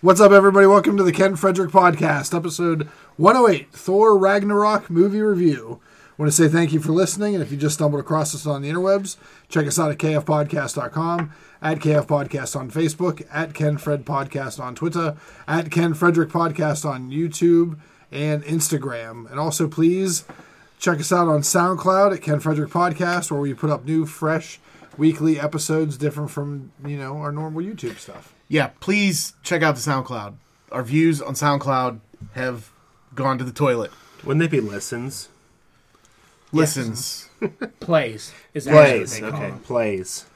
What's up, everybody? Welcome to the Ken Frederick Podcast, episode 108 Thor Ragnarok Movie Review. I want to say thank you for listening, and if you just stumbled across us on the interwebs, check us out at kfpodcast.com, at KF Podcast on Facebook, at Ken Fred Podcast on Twitter, at Ken Frederick Podcast on YouTube and Instagram. And also, please check us out on SoundCloud at Ken Frederick Podcast, where we put up new, fresh, weekly episodes different from, you know, our normal YouTube stuff. Yeah, please check out the SoundCloud. Our views on SoundCloud have gone to the toilet. Wouldn't they be listens? Listens. Plays is actually what Plays. they call Okay, them. plays.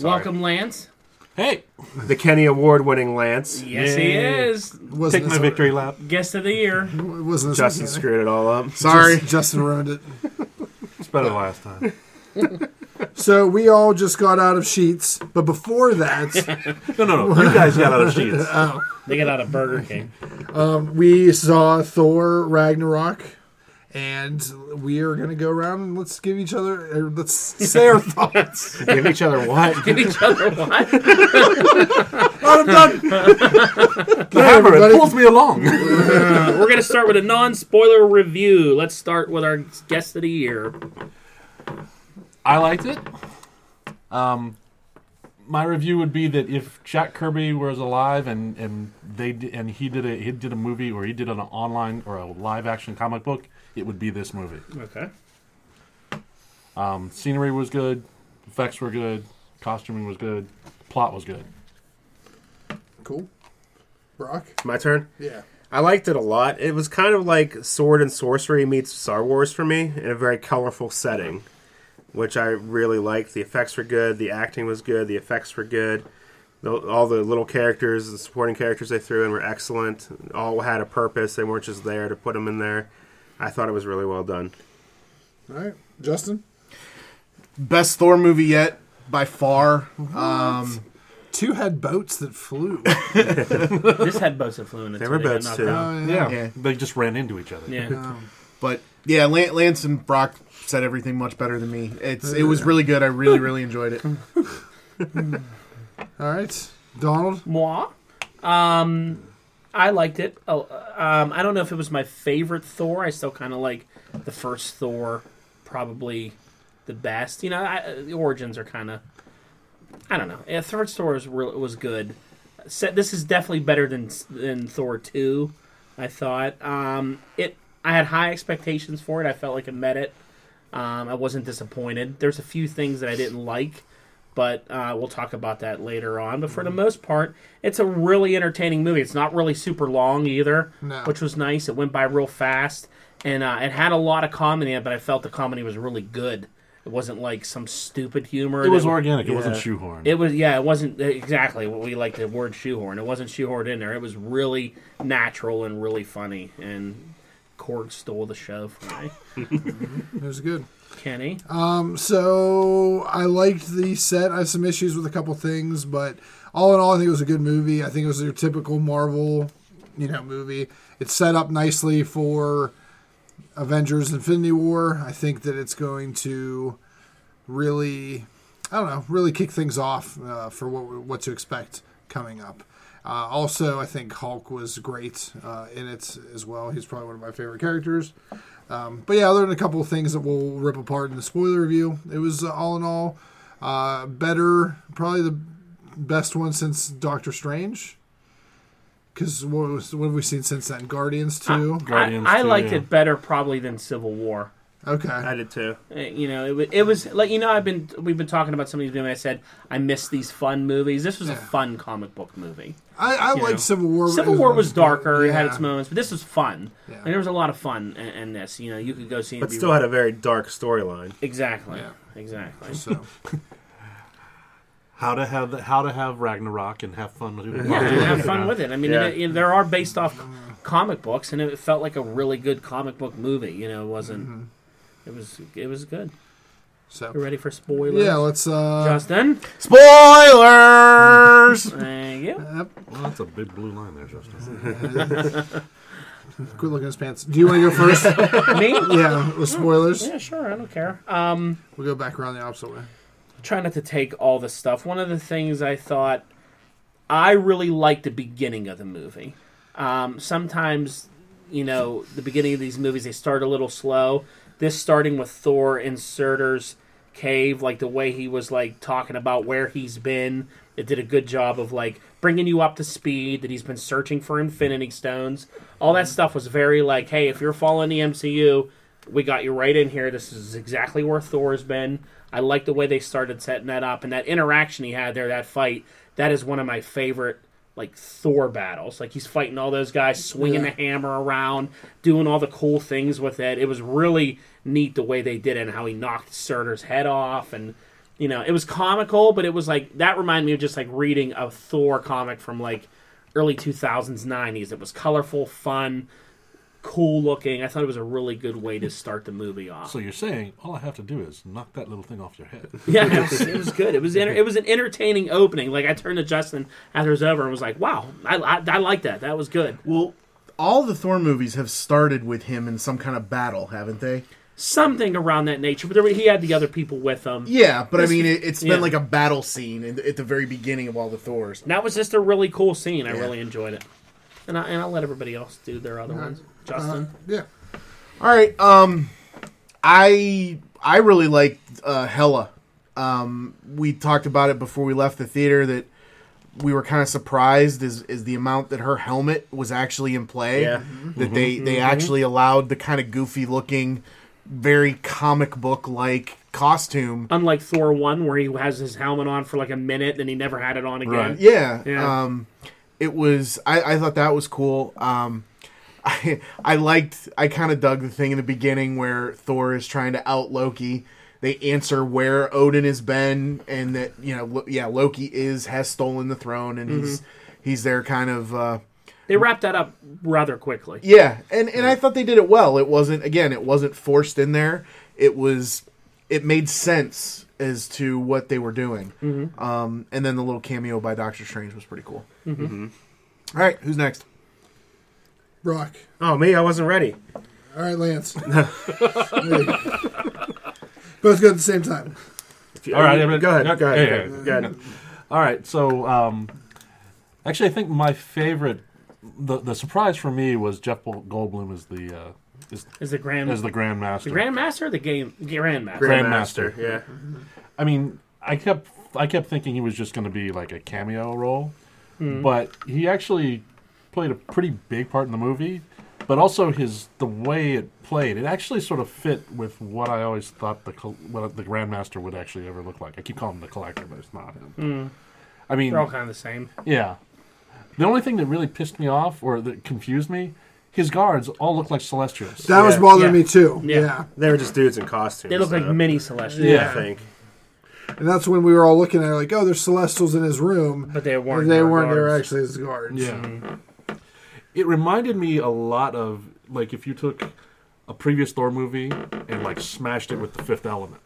Welcome, Lance. Hey, The Kenny Award winning Lance. Yes, he is. Wasn't take my this- victory lap. Guest of the year. It wasn't this Justin weekend. screwed it all up. Sorry. Just- Justin ruined it. It's better last time. So we all just got out of sheets, but before that, No, no, no. You guys got out of sheets. They got out of Burger King. we saw Thor Ragnarok, and we are gonna go around and let's give each other, or let's say our thoughts. Give each other what? Give each other one. I'm done. The hammer it everybody. pulls me along. We're going to start with a non spoiler review. Let's start with our guest of the year. I liked it. Um, my review would be that if Jack Kirby was alive and and they d- and he did a he did a movie or he did an online or a live action comic book, it would be this movie. Okay. Um, scenery was good, effects were good, costuming was good, plot was good. Cool, Brock. My turn. Yeah, I liked it a lot. It was kind of like Sword and Sorcery meets Star Wars for me in a very colorful setting, which I really liked. The effects were good, the acting was good, the effects were good. The, all the little characters, the supporting characters they threw in were excellent. All had a purpose. They weren't just there to put them in there. I thought it was really well done. all right, Justin. Best Thor movie yet, by far. Um, Two had boats that flew. This had boats that flew in it. There were boats, too. Uh, Yeah, Yeah. they just ran into each other. Yeah. Um, but yeah, Lan- Lance and Brock said everything much better than me. It's It was really good. I really, really enjoyed it. All right, Donald. Moi. Um, I liked it. Oh, um, I don't know if it was my favorite Thor. I still kind of like the first Thor, probably the best. You know, I, uh, the origins are kind of. I don't know. Yeah, third Thor was real- was good. Set, this is definitely better than than Thor two. I thought um, it. I had high expectations for it. I felt like it met it. Um, I wasn't disappointed. There's a few things that I didn't like, but uh, we'll talk about that later on. But for Mm-hmm. the most part, it's a really entertaining movie. It's not really super long either, No. which was nice. It went by real fast, and uh, it had a lot of comedy in it. But I felt the comedy was really good. It wasn't like some stupid humor. It was that- organic. It wasn't Yeah. shoehorned. it was yeah, it wasn't exactly what we like the word shoehorn. It wasn't shoehorned in there. It was really natural and really funny. And Korg stole the show for me. It was good. Kenny, So I liked the set. I have some issues with a couple things, but all in all, I think it was a good movie. I think it was your typical Marvel, you know, movie. It's set up nicely for Avengers: Infinity War. I think that it's going to really, I don't know, really kick things off uh, for what what to expect coming up. Uh, also, I think Hulk was great uh, in it as well. He's probably one of my favorite characters. But yeah, other than a couple of things that we'll rip apart in the spoiler review, it was uh, all in all uh, better, probably the best one since Doctor Strange. Because what, was- what have we seen since then? Guardians Ah. two. Guardians I, I too, liked yeah. it better probably than Civil War. Okay, I did too. Uh, You know, it was, it was like you know I've been we've been talking about somebody doing. I said I miss these fun movies. This was a fun comic book movie. I, I you know. liked Civil War. but Civil it War was darker. It had yeah. its moments, but this was fun. Yeah. Like, there was a lot of fun in, in this. You know, you could go see. it and But be- still had a very dark storyline. exactly, Yeah. exactly. So How to have how to have Ragnarok and have fun with it. Yeah, and have fun with it. I mean, Yeah. it, it, there are based off comic books, and it felt like a really good comic book movie. You know, it wasn't. Mm-hmm. It was. It was good. You so ready for spoilers? yeah, let's. Uh, Justin, Spoilers! thank you. Well, that's a big blue line there, Justin. quit looking at his pants. Do you want to go first? Me? yeah, with spoilers. Yeah, sure. I don't care. Um, We'll go back around the opposite way. try not to take all the stuff. One of the things I thought I really like the beginning of the movie. Um, sometimes, you know, the beginning of these movies they start a little slow. This starting with Thor in Surtur's cave, like the way he was like talking about where he's been. It did a good job of like bringing you up to speed that he's been searching for Infinity Stones. All that stuff was very like, hey, if you're following the MCU, we got you right in here. This is exactly where Thor's been. I like the way they started setting that up and that interaction he had there, that fight. That is one of my favorite like Thor battles. Like he's fighting all those guys, swinging the hammer around, doing all the cool things with it. It was really neat the way they did it and how he knocked Surtur's head off and you know, it was comical, but it was like that reminded me of just like reading a Thor comic from like early 2000s 90s. It was colorful, fun, cool looking. I thought it was a really good way to start the movie off. So you're saying all I have to do is knock that little thing off your head. Yeah, it was, it was good. It was enter- it was an entertaining opening. Like I turned to Justin after it was over and was like, "Wow, I I, I like that. That was good." Well, all the Thor movies have started with him in some kind of battle, haven't they? Something around that nature. But there, were- he had the other people with him. Yeah, but I mean, it, it's yeah. been like a battle scene in, at the very beginning of all the Thors. And that was just a really cool scene. I really enjoyed it. And I and I'll let everybody else do their Uh-huh. other ones. Justin, Yeah. All right. Um, I I really liked uh, Hella. Um, we talked about it before we left the theater that we were kind of surprised is is the amount that her helmet was actually in play. Yeah. That they they actually allowed the kind of goofy looking, very comic book like costume. unlike Thor one, where he has his helmet on for like a minute and he never had it on again. Right. Yeah. Yeah. Um, it was. I, I thought that was cool. Um, I I liked. I kind of dug the thing in the beginning where Thor is trying to out Loki. They answer where Odin has been, and that you know, Lo- yeah, Loki is has stolen the throne, and he's he's there kind of. Uh, They wrapped that up rather quickly. yeah, and and I thought they did it well. It wasn't again, it wasn't forced in there. It was it made sense as to what they were doing. Um, and then the little cameo by Doctor Strange was pretty cool. Mm-hmm. All right, who's next? Brock. Oh, me, I wasn't ready. All right, Lance. There you go. Both go at the same time. All right, Uh, everybody- go ahead. no, go ahead. yeah, go ahead, go ahead. All right, so um, actually, I think my favorite, the the surprise for me was Jeff Gold- Goldblum as the uh, is, Is the grand as the Grandmaster. the grandmaster or the game grandmaster? Grand- Grandmaster. Grandmaster. Yeah. I mean, I kept I kept thinking he was just going to be like a cameo role, Hmm. but he actually played a pretty big part in the movie. But also his the way it played, it actually sort of fit with what I always thought the col- what the Grandmaster would actually ever look like. I keep calling him the Collector, but it's not him. I mean, Hmm. They're all kind of the same. Yeah. The only thing that really pissed me off or that confused me, his guards all look like Celestials. That was Yeah. bothering Yeah. me too. Yeah. Yeah. They were just dudes in costumes. They look like though, mini celestials. I Yeah. think. And that's when we were all looking at it like, oh, there's Celestials in his room. But they weren't. And they their weren't. They were guards. actually his guards. yeah. It reminded me a lot of like if you took a previous Thor movie and like smashed it with the Fifth Element.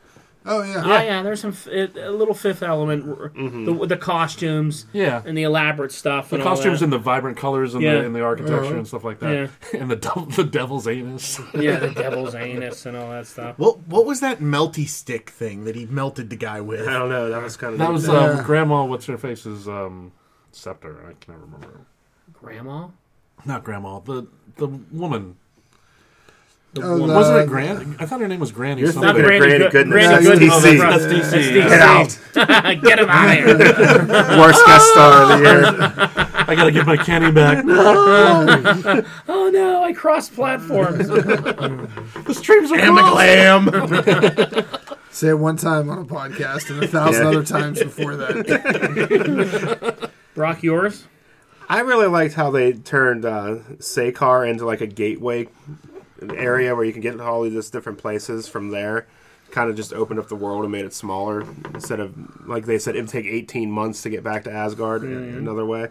Oh yeah. Oh yeah, there's some f- it, a little Fifth Element, r- the, the costumes Mm-hmm. Yeah. and the elaborate stuff. The and all costumes that. and the vibrant colors and, Yeah. the, and the architecture and stuff like that, and the devil, the devil's anus. yeah, the devil's anus and all that stuff. What what was that melty stick thing that he melted the guy with? I don't know. That was kind of. That was Yeah. um, Grandma. What's her face's um, scepter? I can't remember. Grandma, Not Grandma. The the woman. the Oh, woman. the- Wasn't it Granny? I thought her name was Granny. You're something. not Granny Granny, Good- Goodness. Granny That's Goodness. DC. Oh, That's That's DC. DC. Get out. Get him out of here. Worst guest star of the year. I gotta get my candy back. Oh no, I crossed platforms. The streams are Damn the closed. glam. Say it one time on a podcast and a thousand other times before that. Brock, yours? I really liked how they turned uh, Sekar into like a gateway area where you can get to all these different places from there. Kind of just opened up the world and made it smaller instead of like they said it would take 18 months to get back to Asgard a- another way.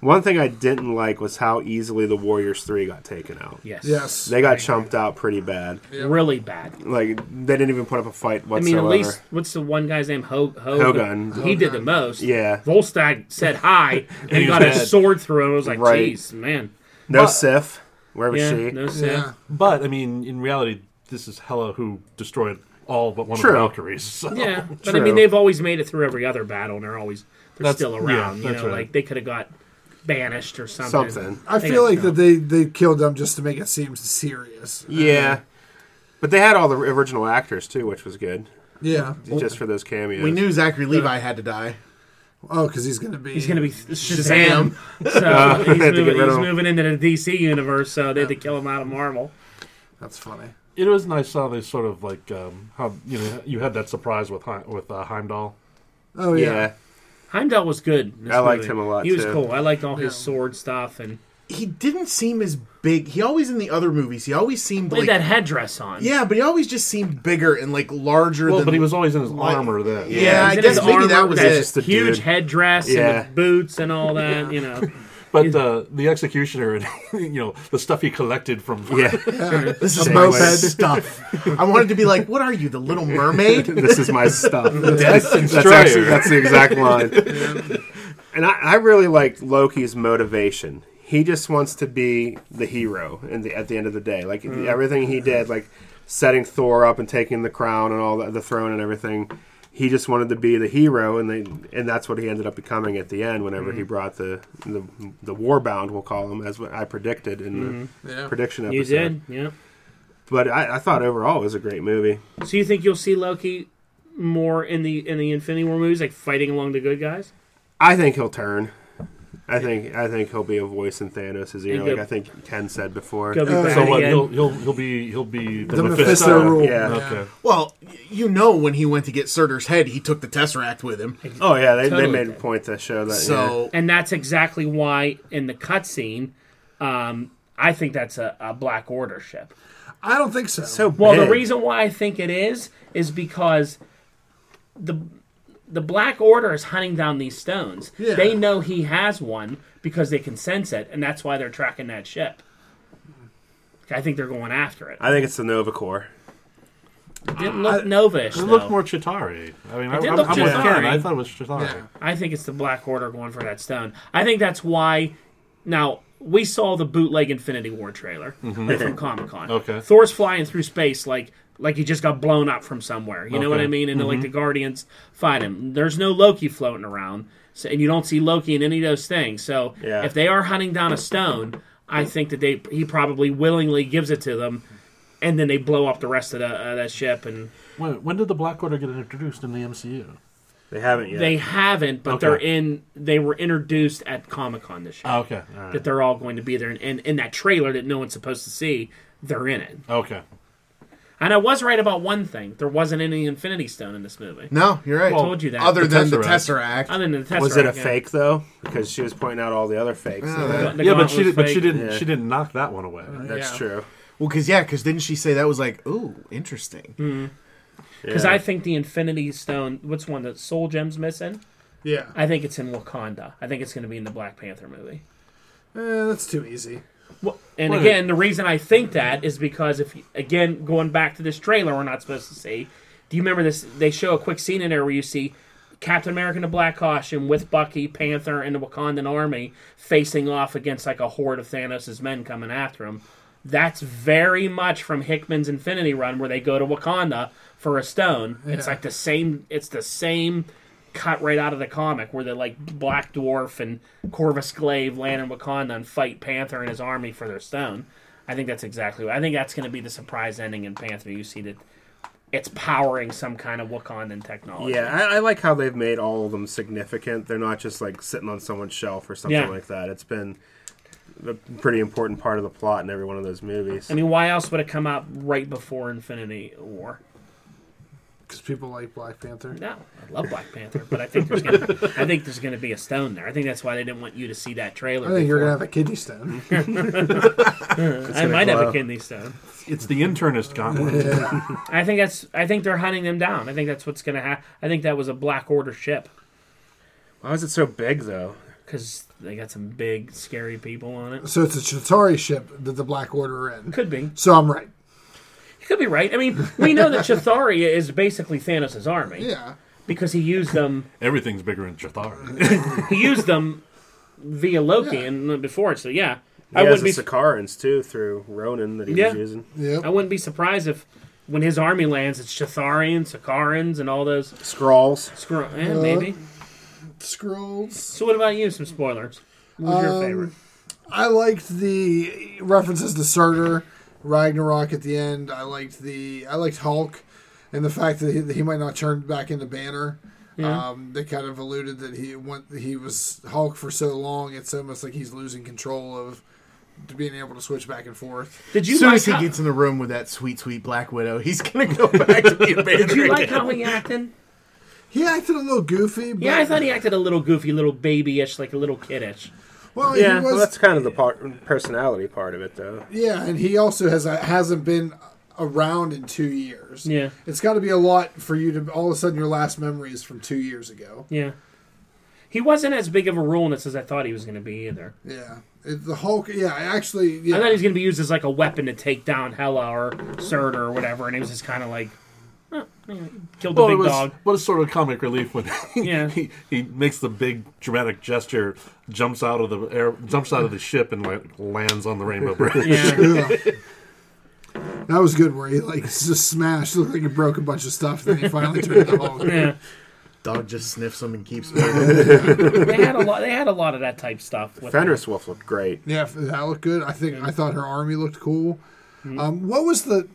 One thing I didn't like was how easily the Warriors 3 got taken out. Yes. Yes. They got chumped out pretty bad. Really bad. Like they didn't even put up a fight I mean, whatsoever. at least what's the one guy's name? Ho- Hogan. Hogan. He did the most. Yeah. Volstagg said hi and he got was his dead. sword through him. I was like, Right. jeez, man. no But- Sif. Where was Yeah, she? no sin. yeah. But I mean, in reality, this is Hela who destroyed all but one True. of the Valkyries. So. Yeah, but I True. mean, they've always made it through every other battle, and they're always are That's- still yeah, around. you that's know, right. like they could have got banished or something. Something. I They feel got like that dumped. they they killed them just to make it seem serious. Yeah. But they had all the original actors too, which was good, Yeah. just for those cameos. We knew Zachary Levi had to die. Oh, because he's gonna be He's going to be Shazam. So he's, had to get moving, rid of he's him. moving into the DC universe, so they had to kill him out of Marvel. That's funny. It was nice how they sort of like um, how you know you had that surprise with Heim, with uh, Heimdall. Oh yeah. Yeah, Heimdall was good. in this I liked movie. him a lot, He was too. cool. I liked all his sword stuff and He didn't seem as big. He always in the other movies. He always seemed he like had that headdress on. yeah, but he always just seemed bigger and like larger. Well, than, but he was always in his Like- armor then. Yeah, I He's in guess his maybe armor that with was that it. Just the huge dude. headdress Yeah. and the boots and all that. You know, But uh, the executioner and you know the stuff he collected from yeah. This is A my moped. stuff. I wanted to be like, what are you, the Little Mermaid? this is my stuff. That's, That's actually that's the exact line. and I, I really liked Loki's motivation. He just wants to be the hero, and the, at the end of the day, like everything he did, like setting Thor up and taking the crown and all the, the throne and everything. He just wanted to be the hero, and they, and that's what he ended up becoming at the end. Whenever he brought the the, the warbound, we'll call him, as what I predicted in the Yeah. prediction episode. you did. Yeah. But I, I thought overall it was a great movie. So you think you'll see Loki more in the in the Infinity War movies, like fighting along the good guys? I think he'll turn. I think I think he'll be a voice in Thanos' ear, He'll like go- I think Ken said before. Go be Uh, bad So what? again. He'll, he'll he'll be he'll be the, The Mephisto, Mephisto. rule. Yeah. Okay. well, y- you know when he went to get Surtur's head, he took the Tesseract with him. Oh yeah, they, Totally they made a did. point to show that. So and that's exactly why in the cutscene, um, I think that's a, a Black Order ship. I don't think so. so Well, the reason why I think it is is because the the Black Order is hunting down these stones. Yeah. They know he has one because they can sense it, and that's why they're tracking that ship. I think they're going after it. I think it's the Nova Corps. didn't look novish. It though. looked more Chitari. I mean, I, did am look I'm with Chitauri. Ken. I thought it was Chitari. Yeah. I think it's the Black Order going for that stone. I think that's why. Now we saw the bootleg Infinity War trailer from Comic Con. Mm-hmm. Okay. Thor's flying through space like like he just got blown up from somewhere. You know what Okay. Mm-hmm. I mean? And then, like the Guardians find him. There's no Loki floating around, so, and you don't see Loki in any of those things. So Yeah. if they are hunting down a stone, I think that they he probably willingly gives it to them. And then they blow up the rest of the, uh, that ship, and When, when did the Black Order get introduced in the MCU? They haven't yet. they haven't, but Okay. they're in. They were introduced at Comic Con this year. Oh, okay. All right. that they're all going to be there. And, and in that trailer that no one's supposed to see, they're in it. Okay. And I was right about one thing: there wasn't any Infinity Stone in this movie. no, you're right. I told you that. Other than the Tesseract, Tesseract. other than the Tesseract, was it a yeah. fake though? Because she was pointing out all the other fakes. The Yeah. yeah, but gauntlet she did, was but she fake. didn't Yeah. she didn't knock that one away. That's Yeah. true. well, because yeah, because didn't she say that was like, ooh, interesting? Mm. because Yeah. I think the Infinity Stone. What's one that Soul Gem's missing? yeah. I think it's in Wakanda. I think it's going to be in the Black Panther movie. Eh, that's too easy. And Wait a again, the reason I think that is because if again going back to this trailer, we're not supposed to see. Do you remember this? They show a quick scene in there where you see Captain America in a black costume with Bucky, Panther, and the Wakandan army facing off against like a horde of Thanos' men coming after him. That's very much from Hickman's Infinity Run, where they go to Wakanda for a stone. It's Yeah. like the same. It's the same cut right out of the comic where they like Black Dwarf and Corvus Glaive land in Wakanda and fight Panther and his army for their stone. I think that's exactly what I think that's going to be the surprise ending in Panther. You see that it's powering some kind of Wakandan technology. Yeah, I, I like how they've made all of them significant. They're not just like sitting on someone's shelf or something Yeah. like that. It's been a pretty important part of the plot in every one of those movies. I mean, why else would it come out right before Infinity War? Because people like Black Panther. No, I love Black Panther, but I think there's gonna, I think there's going to be a stone there. I think that's why they didn't want you to see that trailer. I think you're before. gonna have a kidney stone. I might have glow. a kidney stone. It's the internist gauntlet. I think that's. I think they're hunting them down. I think that's what's going to happen. I think that was a Black Order ship. Why is it so big though? because they got some big, scary people on it. so it's a Chitauri ship that the Black Order are in. Could be. So I'm right. He could be right. I mean, we know that Chitharia is basically Thanos' army Yeah. because he used them. Everything's bigger in Chitari. He used them via Loki and before it. So yeah, He I has wouldn't the be. Sakarans too through Ronan that he Yeah. was using. Yep. I wouldn't be surprised if when his army lands, it's Chitharians, Sakarans, and all those. Scrawls. Screw. Eh, maybe. scrolls. So what about you? Some spoilers. What was your favorite? I liked the references to Surtur, Ragnarok at the end. I liked the I liked Hulk, and the fact that he, that he might not turn back into Banner. Yeah. Um, they kind of alluded that he went he was Hulk for so long. It's almost like he's losing control of to being able to switch back and forth. Did you As soon like as he how, gets in the room with that sweet, sweet Black Widow, he's gonna go back to being Banner. Did you like again. how he acted? He acted a little goofy. But, Yeah, I thought he acted a little goofy, little babyish, like a little kiddish. Well, Yeah, he was, well, that's kind of the part, personality part of it, though. Yeah, and he also has uh, hasn't been around in two years. Yeah. it's got to be a lot for you to all of a sudden your last memory is from two years ago. Yeah. He wasn't as big of a role in this as I thought he was going to be either. Yeah, It- the Hulk. Yeah, I actually. I thought he Yeah, was going to be used as like a weapon to take down Hela or Surtur or whatever, and he was just kind of like, "Huh, yeah, killed the Well, it big was, dog. what a sort of comic relief when Yeah. he, he makes the big dramatic gesture, jumps out of the air, jumps out of the ship, and like lands on the Rainbow Bridge. Yeah. that was good. Where he like just smashed, looked like he broke a bunch of stuff, and then he finally turned into Hulk. yeah. Dog just sniffs him and keeps moving. They had a lot. They had a lot of that type stuff. With Fenris Wolf looked great. Yeah, f- that looked good. I think I thought her army looked cool. Mm-hmm. Um, what was the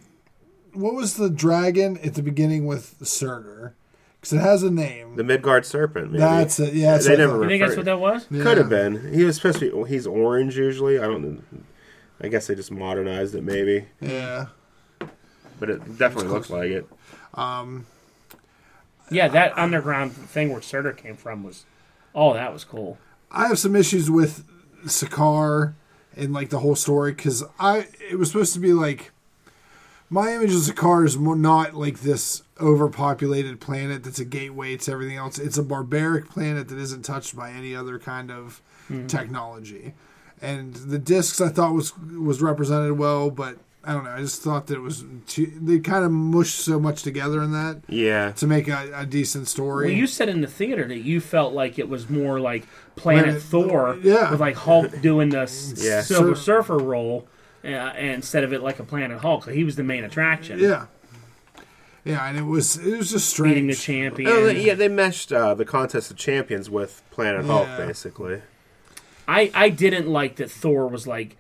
what was the dragon at the beginning with Surtur? Because it has a name. The Midgard Serpent. Maybe. That's it. Yeah, that's They what I never thought. You think that's referred- what that was? Could have Yeah. been. He was supposed to be. well, He's orange usually. I don't. know. I guess they just modernized it maybe, Yeah. but it definitely looked like it. Yeah, that underground thing where Surtur came from was. Oh, that was cool. I have some issues with Sakar and like the whole story because I it was supposed to be like my image of Sakar is more not like this overpopulated planet that's a gateway to everything else. It's a barbaric planet that isn't touched by any other kind of Hmm. technology. And the discs I thought was was represented well, but I don't know. I just thought that it was too, they kind of mushed so much together in that Yeah. to make a, a decent story. Well, you said in the theater that you felt like it was more like Planet Planet, Thor, Thor, yeah. with like Hulk doing the s- Yeah. Silver Surfer role, uh, instead of it like a Planet Hulk. So he was the main attraction. Yeah. Yeah, and it was it was just strange. beating the champion. Oh, they- yeah, they meshed uh, the contest of champions with Planet Yeah. Hulk, basically. I I didn't like that Thor was like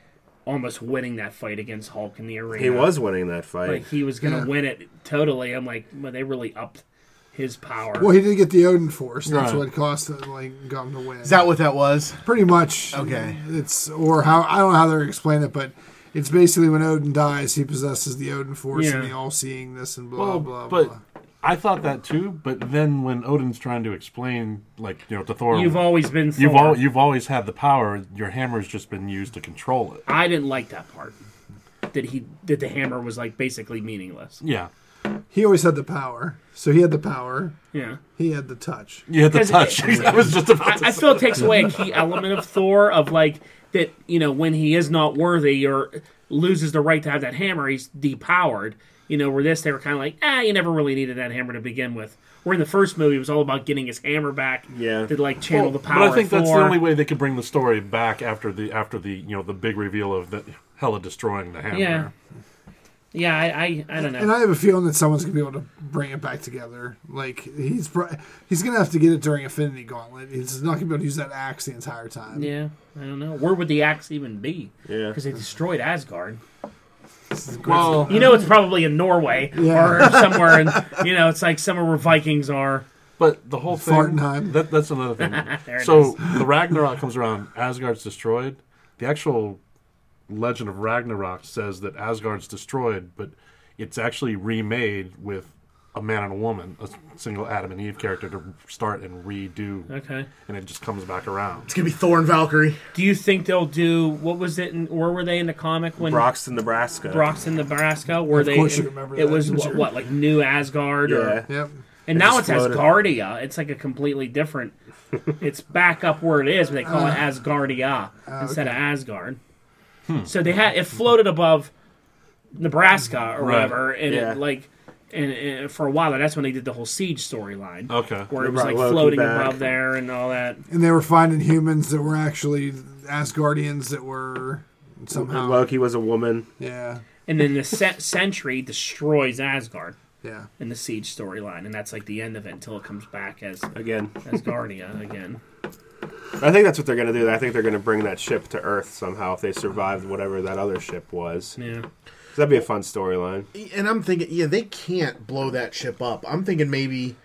almost winning that fight against Hulk in the arena. He was winning that fight. like he was gonna Yeah. win it totally. I'm like, well, they really upped his power. Well, he did get the Odin Force. That's Right. what cost him, like got him to win. Is that what that was? pretty much Okay. It's or how I don't know how they're explaining it, but it's basically when Odin dies, he possesses the Odin Force and Yeah. the All Seeing this and blah Well, Oh, blah but blah. I thought that too. But then when Odin's trying to explain, like you know, to Thor, You've always been Thor. you've al- you've always had the power. Your hammer's just been used to control it. I didn't like that part. That he that the hammer was like basically meaningless. Yeah, He always had the power, so he had the power. Yeah. He had the touch. you had the 'Cause touch. I was just about to. I feel it takes away a key element of Thor of like that you know when he is not worthy or loses the right to have that hammer, he's depowered. You know, where this they were kind of like, ah, you never really needed that hammer to begin with. Where in the first movie it was all about getting his hammer back, Yeah. to like channel the power. But I think of Thor. that's the only way they could bring the story back after the after the you know the big reveal of the Hella destroying the hammer. Yeah, yeah, I, I, I don't know. And I have a feeling that someone's gonna be able to bring it back together. Like he's pro- he's gonna have to get it during Infinity Gauntlet. He's not gonna be able to use that axe the entire time. yeah, I don't know. Where would the axe even be? Yeah. because they destroyed Asgard. Well, You know, it's probably in Norway Yeah. or somewhere. In, you know, it's like somewhere where Vikings are. but the whole thing Fartenheim. that, that's another There thing. it so the Ragnarok comes around, Asgard's destroyed. The actual legend of Ragnarok says that Asgard's destroyed, but it's actually remade with a man and a woman, a single Adam and Eve character to start and redo, Okay. and it just comes back around. It's gonna be Thor and Valkyrie. Do you think they'll do what was it? In, where were they in the comic when Broxton, Nebraska. Brock's in Nebraska? Were they? course you remember it that, was didn't what, you? what, like New Asgard, Yeah. or Yep. and now it's just floated. Asgardia. It's like a completely different. it's back up where it is, but they call Uh, it Asgardia instead of Asgard. Hmm. So they had it floated above Nebraska or Right. whatever, and Yeah. it like. And, and for a while, that's when they did the whole siege storyline, Okay. where it They was brought like Loki floating back. above there and all that. And they were finding humans that were actually Asgardians that were somehow And Loki was a woman. yeah. And then the se- Sentry destroys Asgard. Yeah. in the siege storyline, and that's like the end of it until it comes back as Again, as Guardia again. I think that's what they're going to do. I think they're going to bring that ship to Earth somehow if they survived whatever that other ship was. Yeah, That'd be a fun storyline. And I'm thinking, yeah, they can't blow that ship up. I'm thinking maybe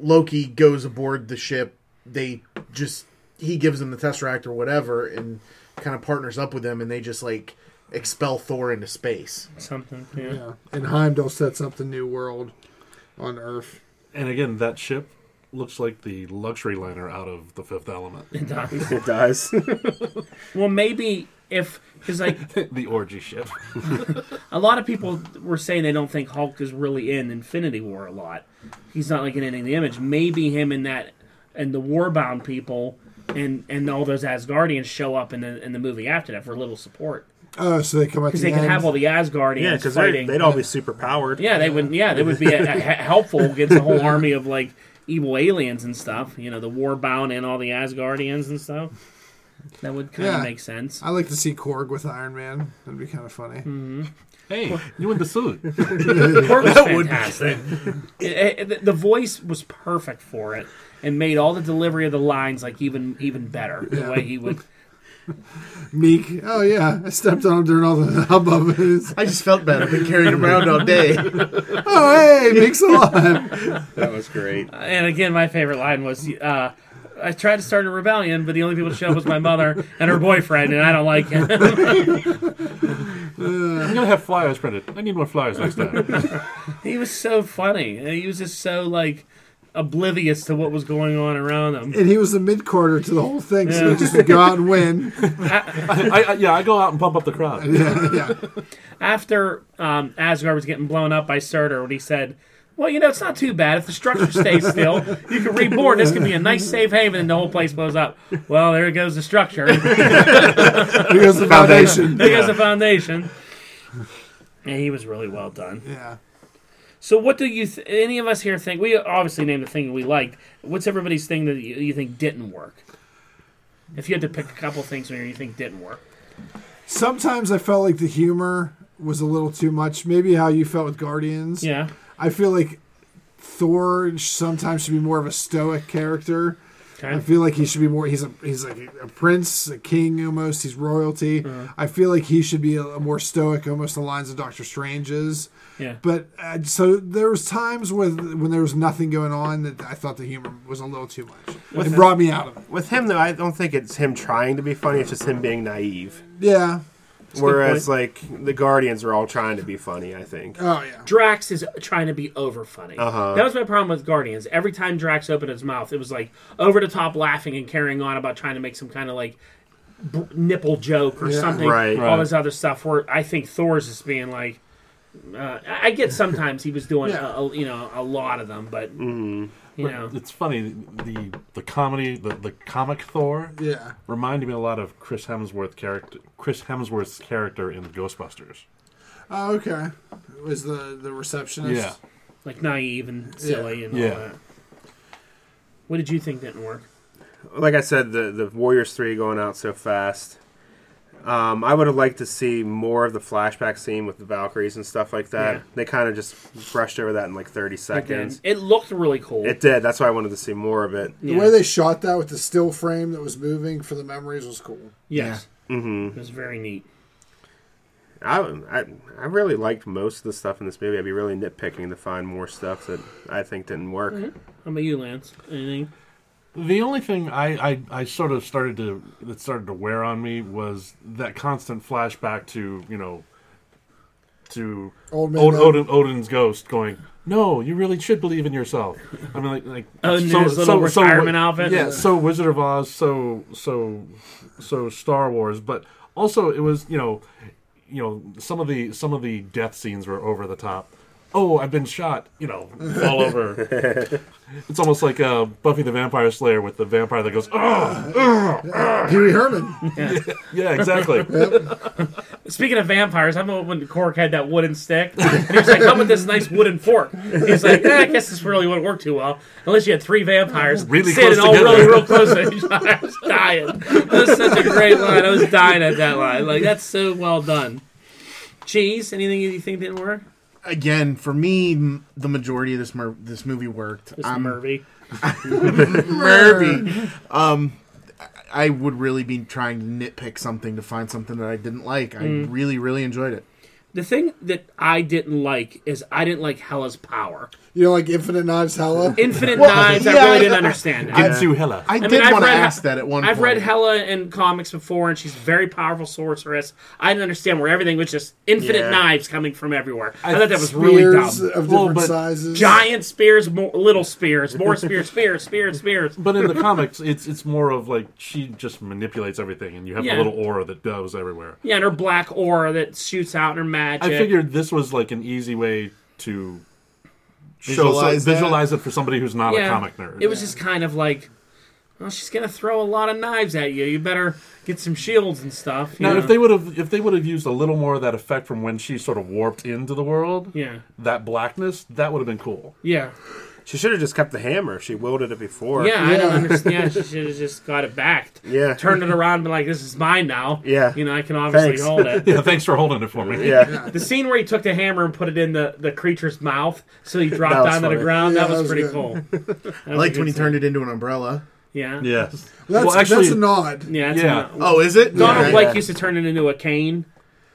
Loki goes aboard the ship. They just he gives them the tesseract or whatever, and kind of partners up with them, and they just like expel Thor into space. something. Yeah. Yeah. And Heimdall sets up the new world on Earth. And again, that ship looks like the luxury liner out of The Fifth Element, It does. It does. uh, well, maybe if because like the orgy ship. a lot of people were saying they don't think Hulk is really in Infinity War a lot. He's not like in any of the image. Maybe him and that and the Warbound people and and all those Asgardians show up in the in the movie after that for a little support Oh, so they come at the because they end. could have all the Asgardians yeah, because fighting. they'd all be super powered. yeah, they would. Yeah, they would be a, a, helpful against a whole army of like evil aliens and stuff. You know, the Warbound and all the Asgardians and stuff. That would kind Yeah. of make sense. I like to see Korg with Iron Man. That'd be kind of funny. Hmm. Hey, you in the suit? Kurt was That would be fantastic. It- it- the- the voice was perfect for it, and made all the delivery of the lines like even even better. The way he would, Meek. Oh yeah, I stepped on him during all the hubbub. It's, I just felt bad. I've been carrying him around all day. oh hey, Meek's alive. That was great. uh, and again, my favorite line was, uh, "I tried to start a rebellion, but the only people to show up was my mother and her boyfriend, and I don't like him." I'm gonna have flyers printed. I need more flyers next time. he was so funny, and he was just so like oblivious to what was going on around him. And he was the mid quarter to the whole thing, so Yeah. he just would go out and win. I, I, yeah, I go out and pump up the crowd. Yeah, yeah. After um, Asgard was getting blown up by Surtur, when he said. Well, you know, it's not too bad if the structure stays still. You can reborn. This could be a nice safe haven, and the whole place blows up. Well, there goes the structure. There Here goes the foundation. goes the foundation. Yeah, he was really well done. Yeah. So, what do you, th- any of us here think? We obviously named the thing we liked. What's everybody's thing that you, you think didn't work? If you had to pick a couple things here you think didn't work, Sometimes I felt like the humor was a little too much. Maybe how you felt with Guardians. yeah, I feel like Thor sometimes should be more of a stoic character. I okay. feel like he should be more. He's a he's like a prince, a king almost. He's royalty. Uh-huh. I feel like he should be a, a more stoic, almost the lines of Doctor Strange's. yeah. But uh, so there was times with when there was nothing going on that I thought the humor was a little too much. It brought me out of it. With him, though, I don't think it's him trying to be funny. It's just him being naive. Yeah. Whereas, like, the Guardians are all trying to be funny, I think. Oh yeah. Drax is trying to be over funny. That was my problem with Guardians. Every time Drax opened his mouth, it was like over the top laughing and carrying on about trying to make some kind of like b- nipple joke or Yeah. something. Right. All Right. this other stuff. Where I think Thor's just being like, uh, I I get sometimes he was doing Yeah. a, a- you know a lot of them, but you know It's funny the the comedy the, the comic Thor Yeah. reminded me a lot of Chris Hemsworth character Chris Hemsworth's character in Ghostbusters. Oh, okay. It was the the receptionist? Yeah. like naive and silly and Yeah. all that. What did you think didn't work? like I said, the the Warriors three going out so fast. Um, I would have liked to see more of the flashback scene with the Valkyries and stuff like that. Yeah. They kind of just brushed over that in like thirty seconds. It looked really cool. It did. That's why I wanted to see more of it. The Yeah. way they shot that with the still frame that was moving for the memories was cool. yes, mm-hmm. it was very neat. I, I I really liked most of the stuff in this movie. I'd be really nitpicking to find more stuff that I think didn't work. How about you, Lance? Anything? The only thing I, I, I sort of started to that started to wear on me was that constant flashback to you know to Old man old Odin. Odin, Odin's ghost going. No, you really should believe in yourself. I mean, like, like Odin in his little retirement outfit? Yeah, so Wizard of Oz, so so so Star Wars, but also it was you know, you know some of the some of the death scenes were over the top. Oh, I've been shot. You know, all over. it's almost like uh, Buffy the Vampire Slayer with the vampire that goes, oh, Pee Wee Herman. yeah, exactly. Speaking of vampires, I remember when Cork had that wooden stick, and he was like, "How about this nice wooden fork?" He's like, eh, "I guess this really wouldn't work too well unless you had three vampires Really standing close all together." really real close to each other." I was dying. That was such a great line. I was dying at that line. Like that's so well done. Cheese? Anything you think didn't work? again, for me, m- the majority of this mer- this movie worked. Um, This I'm- Murphy. Murphy. Um, I I would really be trying to nitpick something to find something that I didn't like. I really, really enjoyed it. The thing that I didn't like is I didn't like Hella's power. You know, like Infinite Knives Hella. Infinite Well, Knives, yeah, I really didn't I- understand. it. Getsu Hella. I, mean, did I've want to read- ask that at one I've point. read Hella in comics before, and she's a very powerful sorceress. I didn't understand where everything was just infinite Yeah. knives coming from everywhere. I, I- uh, thought that was really Spears dumb. of different Well, but sizes. Giant spears, more, little spears, more spears, spears, spears, spears. But in the comics, it's it's more of like she just manipulates everything, and you have Yeah. a little aura that goes everywhere. Yeah, and her black aura that shoots out and her magic. I figured this was like an easy way to show, Visualize that. visualize it for somebody who's not a Yeah. comic nerd. It was just kind of like, well, she's gonna throw a lot of knives at you. You better get some shields and stuff. you now, know? if they would have if they would have used a little more of that effect from when she sort of warped into the world, yeah, that blackness, that would have been cool. yeah, She should have just kept the hammer. She wielded it before. yeah. I don't Yeah. understand. She should have just got it backed. Yeah. turned it around, and been like, "This is mine now." Yeah. you know, I can obviously Thanks. hold it. Yeah, thanks for holding it for me. Yeah. The scene where he took the hammer and put it in the, the creature's mouth, so he dropped That was down to the funny. ground. Yeah, that, was that was pretty good. cool. I liked when he turned it into an umbrella. Yeah, yeah. Yes. That's, well, actually, that's a nod. yeah, that's Yeah. a- Oh, is it? Donald Yeah. Blake used to turn it into a cane,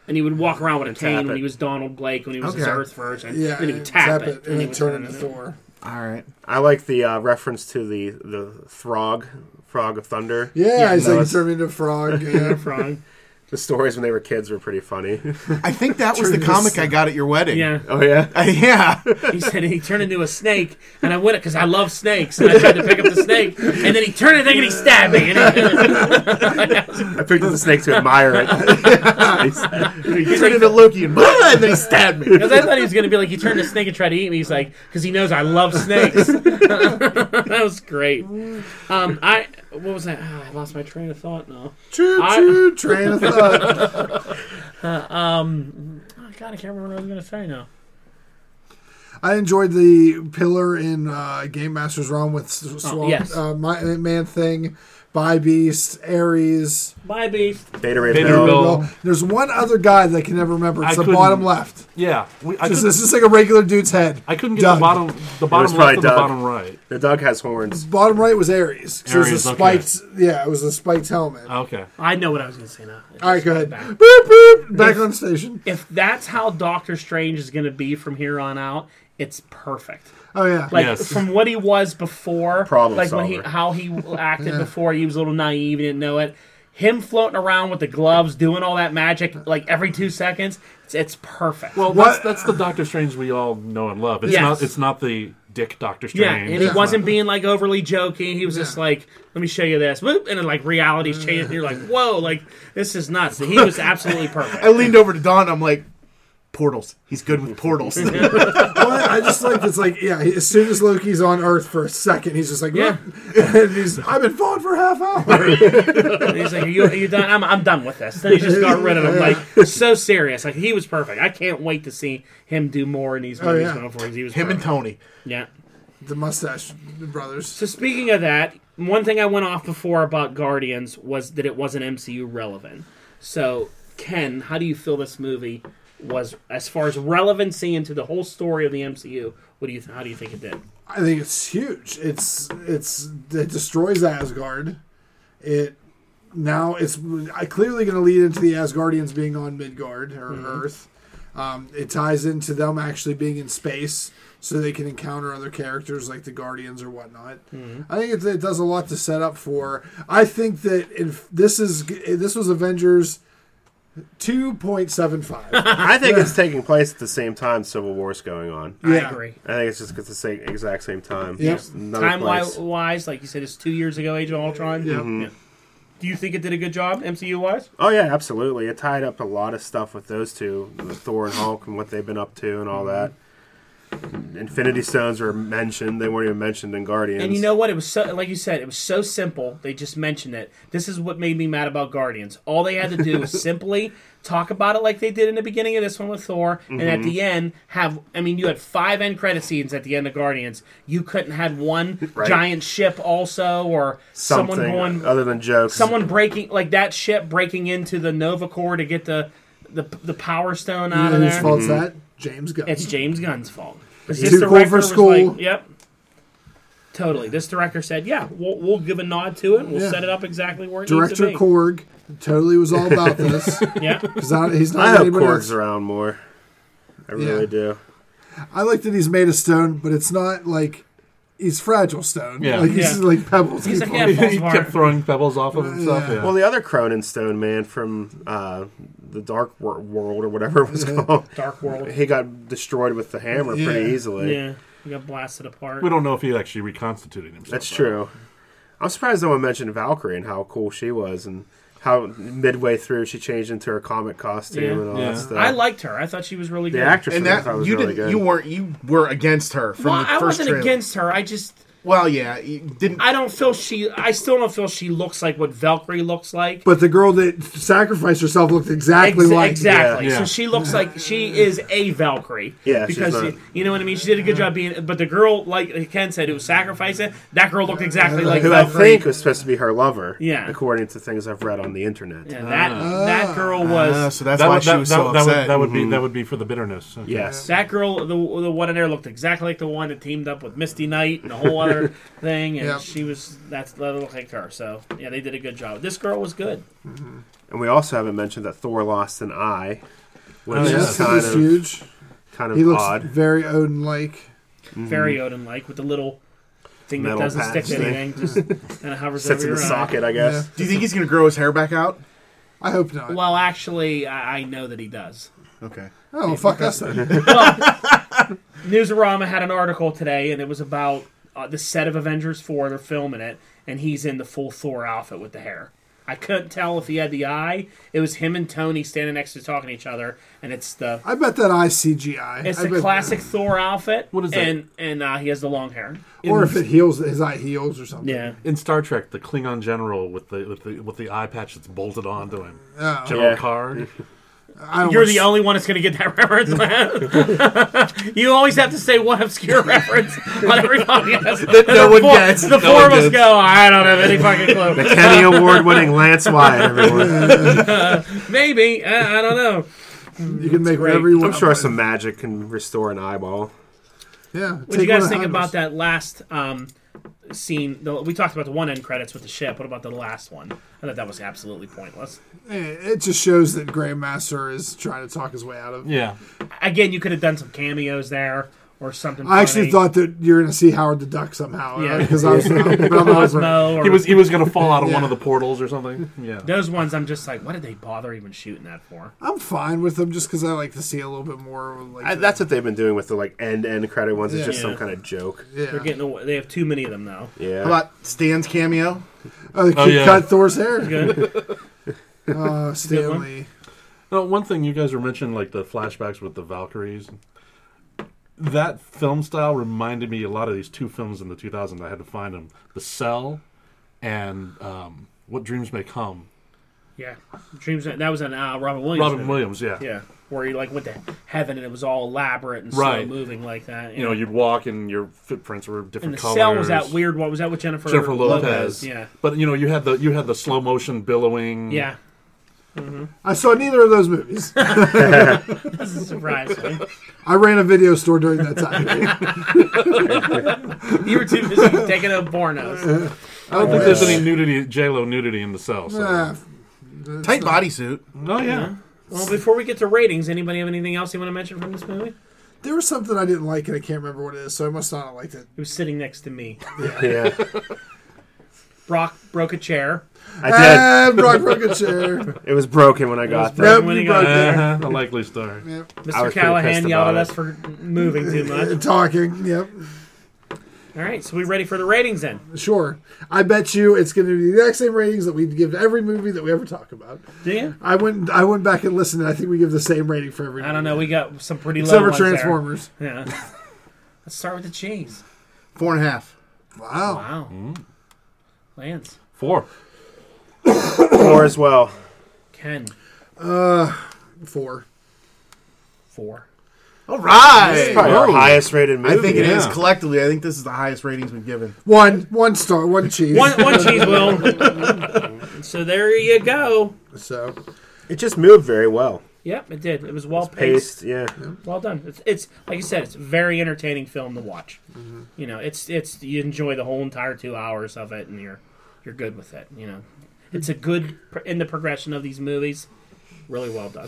and he would walk around with a cane tap when it. he was Donald Blake when he was his Okay. Earth version. Yeah, then he would and tap, and it, he then would turn into it. Thor. All right. I like the uh, reference to the the Throg, Frog of Thunder. Yeah, he's that like was- turned into a frog. Yeah. Frog. The stories when they were kids were pretty funny. I think that was the Turn comic this- I got at your wedding. Yeah, oh yeah. Uh, yeah. he said he turned into a snake, and I went because I love snakes, and I tried to pick up the snake, and then he turned it and he stabbed me. And I picked up the snake to admire it. he turned into Loki and, and then he stabbed me. because I thought he was gonna be like, he turned a snake and tried to eat me. He's like, because he knows I love snakes. that was great. Um, I what was that? Ah, I lost my train of thought now. Choo I- choo train of thought. Oh, God, I can't remember what I was gonna say now. I enjoyed the pillar in uh, Game Master's Realm with S- Swamp yes. uh, My Man Thing, By Beast, Ares. Bye, beast. Beta Ray Beta Bill. Bill. Well, there's one other guy that I can never remember. It's I the couldn't- bottom left. yeah. We, I, Just, couldn't, this is like a regular dude's head. I couldn't get Doug. the bottom the was bottom probably left and the Doug. bottom right. The dog has horns. Bottom right was Ares. 'cause it was Ares, a okay. Oh, spiked. Yeah, it was a spiked helmet. Okay. I know what I was gonna say now. All right, go ahead. Back. Boop boop. Back on station. if that's how Doctor Strange is going to be from here on out, it's perfect. Oh yeah. Like Yes. from what he was before, Problem like when he solver. how he acted before, he was a little naive, he didn't know it. Him floating around with the gloves, doing all that magic, like every two seconds, it's, it's perfect. Well, What- that's that's the Doctor Strange we all know and love. It's Yes. not it's not the dick Doctor yeah, Strange. and he wasn't being like overly joking. He was just like, "Let me show you this," Whoop, and then like reality's changing. You're like, "Whoa!" Like this is nuts. He was absolutely perfect. I leaned over to Don. I'm like, portals. He's good with portals. Well, I just like it's like yeah. As soon as Loki's on Earth for a second, he's just like Yeah. "Whoop," and he's I've been falling for a half hour. And he's like, are you, are you done? I'm, I'm done with this. Then he just got rid of him. Like, so serious. Like, he was perfect. I can't wait to see him do more in these movies yeah. going forward. He was Him and perfect. Tony. Yeah. the mustache brothers. So, speaking of that, one thing I went off before about Guardians was that it wasn't MCU relevant. So, Ken, how do you feel this movie was, as far as relevancy into the whole story of the MCU, what do you, how do you think it did? I think it's huge. It's it's it destroys Asgard. It now it's I clearly going to lead into the Asgardians being on Midgard or Earth. Um, it ties into them actually being in space, so they can encounter other characters like the Guardians or whatnot. I think it, it does a lot to set up for. I think that if this is this was Avengers two point seven five. I think it's taking place at the same time Civil War's going on. Yeah. I agree. I think it's just at the same exact same time. Yep. Just another Time place. wise, like you said, it's two years ago, Age of Ultron. Yeah. yeah. Do you think it did a good job, MCU wise? Oh yeah, absolutely. It tied up a lot of stuff with those two, the Thor and Hulk, and what they've been up to, and all that. Mm-hmm. Infinity Stones were mentioned; they weren't even mentioned in Guardians. And you know what? It was so, like you said, it was so simple. They just mentioned it. This is what made me mad about Guardians. All they had to do was simply talk about it like they did in the beginning of this one with Thor, and Mm-hmm. at the end have. I mean, you had five end credit scenes at the end of Guardians. You couldn't have one Right. giant ship also, or something uh, someone going, other than jokes. someone breaking like that ship breaking into the Nova Core to get the the the Power Stone out And of whose there. fault's that? James Gunn. It's James Gunn's fault. 'Cause Too cool for director was school. like- yep. Totally. This director said, "Yeah, we'll, we'll give a nod to it. and We'll Yeah. set it up exactly where it Director needs to be." Korg totally was all about this. Yeah. 'Cause I- he's I not hope anybody Korg's else. around more. I really Yeah. do. I like that he's made of stone, but it's not like he's fragile stone. Yeah. Like he's Yeah. like pebbles. He's keep like, on- yeah, falls he apart. kept throwing pebbles off of himself. Yeah. Yeah. Well, the other Cronin Stone man from uh, the Dark Wor- World or whatever it was called, Dark World. he got destroyed with the hammer pretty Yeah. easily. Yeah, he got blasted apart. we don't know if he actually reconstituted himself. That's though. true. I'm surprised no one mentioned Valkyrie and how cool she was and how midway through she changed into her comic costume Yeah. and all Yeah. that stuff. I liked her. I thought she was really the good. actress And in it I that thought was you really didn't, good. you weren't, you were against her from Well, the I first wasn't trailer. against her. I just Well, yeah, you didn't. I don't feel she. I still don't feel she looks like what Valkyrie looks like. But the girl that sacrificed herself looked exactly Ex- like exactly. Yeah. So she looks like she is a Valkyrie. Yeah, she's because not- you- you know what I mean. She did a good job being. But the girl, like Ken said, who sacrificed it, that girl looked exactly like who I Valkyrie. think was supposed to be her lover, Yeah. according to things I've read on the internet. Yeah, that that girl was. Uh, so that's That, why would- she that- was that- so that upset. would, that would be that would be for the bitterness. Okay. Yes. that girl, the the one in there, looked exactly like the one that teamed up with Misty Knight and the whole other thing, and Yep. she was that's that looked like her. So yeah, they did a good job. This girl was good. Mm-hmm. And we also haven't mentioned that Thor lost an eye, which Oh, Yeah, is yes. he kind was of, huge. kind of He looks odd. very Odin like. very Odin like with the little thing Metal that doesn't stick patch to thing. anything, just kind of hovers Sits over in your the eye. socket, I guess. Do you think he's gonna grow his hair back out? I hope not. Well, actually, I, I know that he does. Okay. oh, well, fuck us then. Newsarama had an article today, and it was about uh, the set of Avengers Four. They're filming it, and he's in the full Thor outfit with the hair. I couldn't tell if he had the eye. It was him and Tony standing next to talking to each other, and it's the I bet that I CGI. it's I the bet- classic Thor outfit. What is that? And and uh, he has the long hair. Or if it heals, his eye heals or something. Yeah. In Star Trek, the Klingon general with the with the, with the eye patch that's bolted onto him, Oh, General Yeah. Card. I don't You're wanna the s- only one that's going to get that reference. you always have to say one obscure reference on every podcast. no the one four, gets. The No four one of us gets. go, I don't have any fucking clue. Kenny Award winning Lance Wyatt, everyone. Maybe. Uh, I don't know. You can make great. whatever you I'm want. sure some magic can restore an eyeball. Yeah. What do you guys think about that last um, scene? The, we talked about the one end credits with the ship. What about the last one? I thought that was absolutely pointless. It just shows that Grandmaster is trying to talk his way out of. Yeah, Again, you could have done some cameos there or something. I actually funny. thought that you're going to see Howard the Duck somehow. Yeah. Because I was. but I'm not- Cosmo or he was he was gonna fall out of Yeah. one of the portals or something. Yeah, those ones. I'm just like, what did they bother even shooting that for? I'm fine with them just because I like to see a little bit more. Like I, the- that's what they've been doing with the like end end credit ones. It's Yeah. just some Yeah. kind of joke. Yeah. They're getting. Away. They have too many of them now. Yeah. How about Stan's cameo? Oh, they Oh, keep yeah. cut Thor's hair. Good. Oh, one. Stanley. No, one thing you guys were mentioning, like the flashbacks with the Valkyries. That film style reminded me a lot of these two films in the 2000s. I had to find them: The Cell and um, What Dreams May Come. Yeah, dreams. That was an uh, Robin Williams. Robin movie. Williams, yeah. Yeah, where he like went to heaven and it was all elaborate and Right. slow moving like that. You know, you'd walk and your footprints were different and the colors. cell was that weird. What was that with Jennifer? Jennifer Lopez. Mm-hmm. Yeah, But you know, you had the you had the slow motion billowing. yeah. I saw neither of those movies. Doesn't surprise me. I ran a video store during that time. You were too busy taking out pornos. I don't think there's any nudity, J Lo nudity in the cell. So. Ah, Tight bodysuit. oh yeah. Well, before we get to ratings, anybody have anything else you want to mention from this movie? there was something I didn't like, and I can't remember what it is, so I must not have liked it. He was sitting next to me. yeah. Brock broke a chair. I Ah, Brock Rocket Chair. did. Uh, It was broken when I got there. Nope, When he you got broke there. it. Uh-huh, a likely story. Yep. I Mr. was pretty Callahan pissed yelled at about us it. for moving too much. Uh, Talking. Yep. All right, so we ready for the ratings then? Sure. I bet you it's going to be the exact same ratings that we give to every movie that we ever talk about. Do you? I went. I went back and listened, and I think we give the same rating for every. I don't know. We got some pretty low Except for ones there. Transformers. Yeah. Let's start with the cheese. Four and a half. Wow. Wow. Lance, Four. Four as well. Ken, Four. four. All right. Probably our highest rated movie. I think it is Yeah. collectively. I think this is the highest ratings we've given. One. One star. One cheese. One, one cheese will. so there you go. So It just moved very well. Yep, it did. It was well paced, Paste, yeah. well done. It's, it's like you said, it's a very entertaining film to watch. Mm-hmm. You know, it's it's you enjoy the whole entire two hours of it, and you're you're good with it. You know, it's a good pr- in the progression of these movies. Really well done.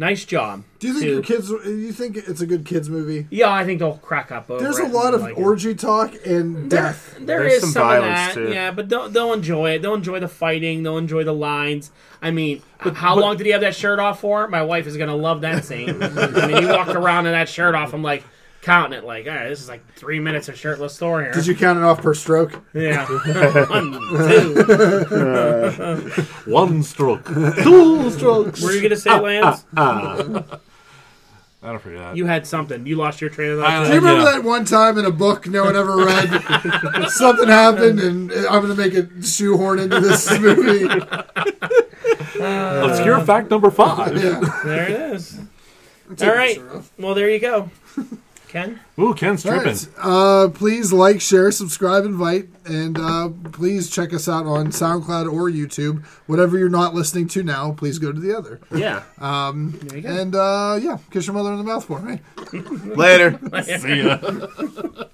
Nice job. Do you think to- your kids? Do you think it's a good kids movie? Yeah, I think they'll crack up over. There's it a and lot of like it. orgy talk and death. There There's is some some, of violence, that, too. yeah, but they'll, they'll enjoy it. They'll enjoy the fighting. They'll enjoy the lines. I mean, how long did he have that shirt off for? My wife is gonna love that scene. I mean, he walked around in that shirt off. I'm like counting it, like, all right, this is like three minutes of shirtless store here. Did you count it off per stroke? yeah, one, two. One stroke, two strokes. Were you gonna say, Lance? I don't forget that. You had something. You lost your train of I- thought. Do you remember Yeah. that one time in a book no one ever read? Something happened, and I'm going to make it shoehorn into this movie. Obscure fact number five. Yeah. There it is. All right. Well, there you go. Ken, Ooh, Ken's All tripping. right. Uh, please like, share, subscribe, invite, and uh, please check us out on SoundCloud or YouTube. Whatever you're not listening to now, please go to the other. Yeah. there you go. And uh, yeah, kiss your mother in the mouth for me. Later. See ya.